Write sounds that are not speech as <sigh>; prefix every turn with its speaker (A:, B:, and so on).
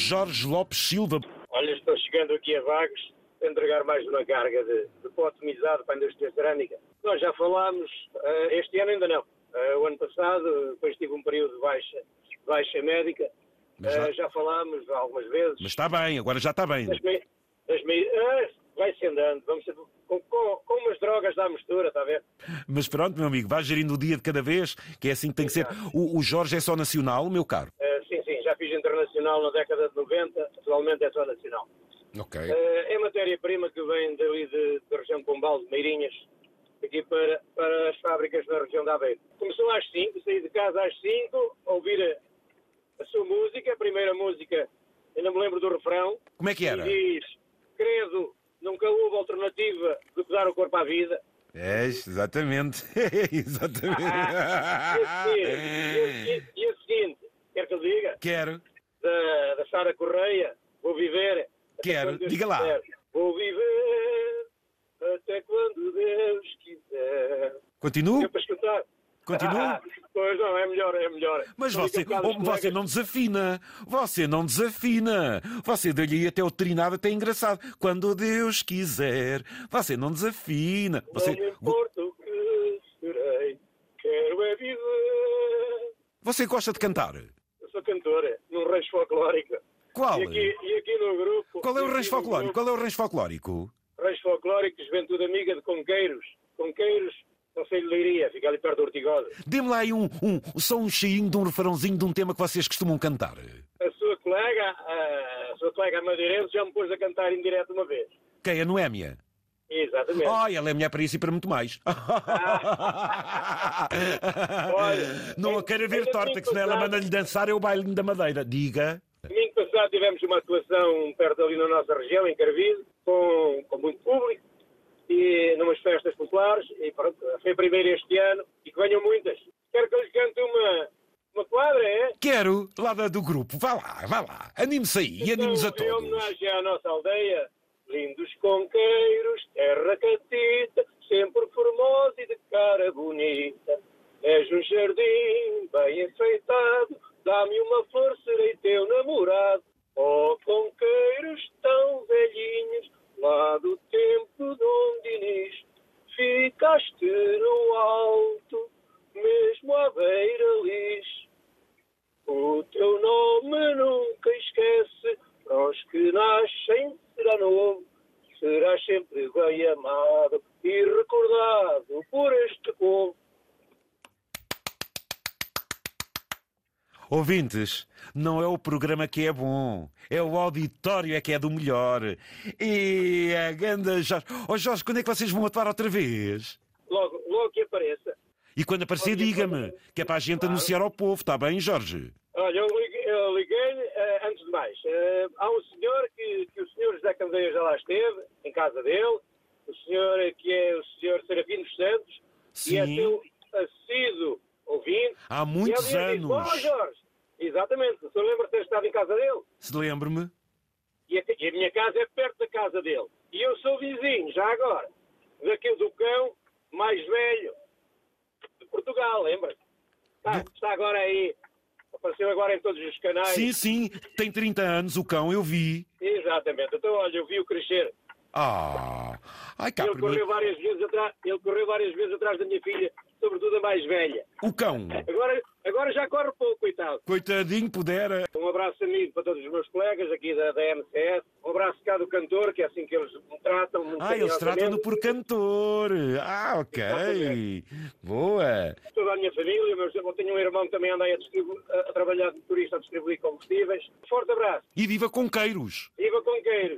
A: Jorge Lopes Silva.
B: Olha, estou chegando aqui a Vagos para entregar mais uma carga de, de pó atomizado para a indústria cerâmica. Nós já falámos, eh, este ano ainda não. Eh, o ano passado, depois tive um período de baixa, baixa médica.
A: Mas
B: Eh,
A: já-
B: já... falámos algumas vezes.
A: Mas está bem, agora já está bem.
B: Mas me- mas me- ah, vai-se andando. Vamos ser- com, com, com umas drogas da mistura, está a ver?
A: Mas pronto, meu amigo, vai gerindo o dia de cada vez, que é assim que tem que ser. O, o Jorge é só nacional, meu caro.
B: Eh, sim, sim, já fiz internacional na década de 90, atualmente é só nacional.
A: Ok.
B: Eh, é matéria-prima que vem dali de- da região de Pombal, de Meirinhas, aqui para, para as fábricas na região da Aveiro. Começou às 5, saí de casa às 5, ouvir a, a sua música, a primeira música, eu não me lembro do refrão,
A: Como é que era?
B: e diz, credo, nunca houve alternativa do que dar o corpo à vida.
A: É, exatamente. <laughs>
B: Ah, e a
A: exatamente.
B: seguinte, e a seguinte, quer que eu
A: <laughs>
B: diga,
A: Quero.
B: da, da Sara Correia, vou viver. até
A: Quero,
B: quando Deus
A: diga lá.
B: quiser. Vou viver até quando Deus quiser. É
A: Continuo?
B: para escutar.
A: Continua?
B: Ah, pois não, é melhor, é melhor.
A: Mas
B: Só
A: você,
B: digo um bocado
A: oh,
B: aos
A: você
B: colegas.
A: não desafina. Você não desafina. Você deu-lhe até o trinado até é engraçado. Quando Deus quiser. Você não desafina.
B: Não me
A: Você,
B: importa o que serei, quero é viver.
A: você gosta de cantar?
B: Eu sou cantora, num rancho folclórico.
A: Qual?
B: E aqui, e aqui no grupo...
A: Qual é
B: e
A: o
B: aqui
A: rancho
B: no
A: folclórico?
B: grupo,
A: Qual é o rancho folclórico?
B: Rancho folclórico, Juventude Amiga de Conqueiros. Conqueiros, Conselho de Leiria, fica ali perto do Ortigosa.
A: Dê-me lá aí um, um, só um cheinho de um refrãozinho de um tema que vocês costumam cantar.
B: A sua colega, a, a sua colega madeirense, já me pôs a cantar em direto uma vez.
A: Quem? A Noémia?
B: Exatamente.
A: Ai, ela é mulher para isso e para muito mais.
B: Ah. <laughs> Olha,
A: não a quero ver
B: ainda
A: torta,
B: tenho
A: que senão ela
B: passado.
A: manda-lhe dançar é o bailinho da Madeira. Diga.
B: Domingo passado tivemos uma atuação perto ali na nossa região, em Carvido, com, com muito público, e numas festas populares, e pronto, foi a primeira este ano, e que venham muitas. Quero que eu lhes cante uma, uma quadra, é?
A: Quero, lá da- do grupo. Vá lá, vá lá. Anime-se aí
B: Então,
A: e anime-nos a
B: Em
A: todos.
B: homenagem à nossa aldeia, lindos conqueiros, terra catita, sempre formosa e de cara bonita. És um jardim bem enfeitado, dá-me uma flor, serei teu namorado. Oh, conqueiros tão velhinhos, lá do tempo de onde Inês, ficaste no alto, mesmo à beira-lixo. O teu nome nunca esquece, para os que nascem será novo, serás sempre bem amado e recordado por este povo.
A: Ouvintes, não é o programa que é bom, é o auditório é que é do melhor. E a ganda Jorge. Oh Jorge, quando é que vocês vão atuar outra vez?
B: Logo, logo que apareça.
A: E quando aparecer,
B: Olha,
A: diga-me,
B: quando-
A: que é para a gente
B: Claro.
A: anunciar ao povo, está bem, Jorge?
B: Olha, eu liguei, eu liguei-lhe, eh, antes de mais, eh, há um senhor que, que o senhor José Candeia já lá esteve, em casa dele, o senhor eh, que é o senhor Serafim dos Santos, e é
A: Sim.
B: teu assíduo ouvinte.
A: Há muitos
B: e ele diz,
A: anos.
B: "Oh, Jorge, exatamente, o senhor lembra-se de ter estado em casa dele?
A: Se lembro-me.
B: E a, e a minha casa é perto da casa dele. E eu sou vizinho, já agora, daquele do cão mais velho de Portugal, lembra? Está, está agora aí, apareceu agora em todos os canais.
A: Sim, sim, tem 30 anos, o cão, eu vi.
B: Exatamente. Então, olha, eu vi-o crescer.
A: Ah, ai cá,
B: ele, correu
A: primeiro.
B: várias vezes atrás, ele correu várias vezes atrás da minha filha, sobretudo a mais velha.
A: O cão,
B: Agora, agora já corre pouco, coitado.
A: coitadinho, pudera.
B: Um abraço amigo para todos os meus colegas aqui da, da MCS. Um abraço cá do cantor, que é assim que eles me tratam. muito
A: Ah, eles tratam-no
B: carinhosamente.
A: por cantor. Ah, ok. Boa.
B: toda a minha família, mas eu tenho um irmão que também anda aí a, distribu- a- a trabalhar de turista a distribuir combustíveis. Forte abraço.
A: E viva Conqueiros.
B: Viva Conqueiros.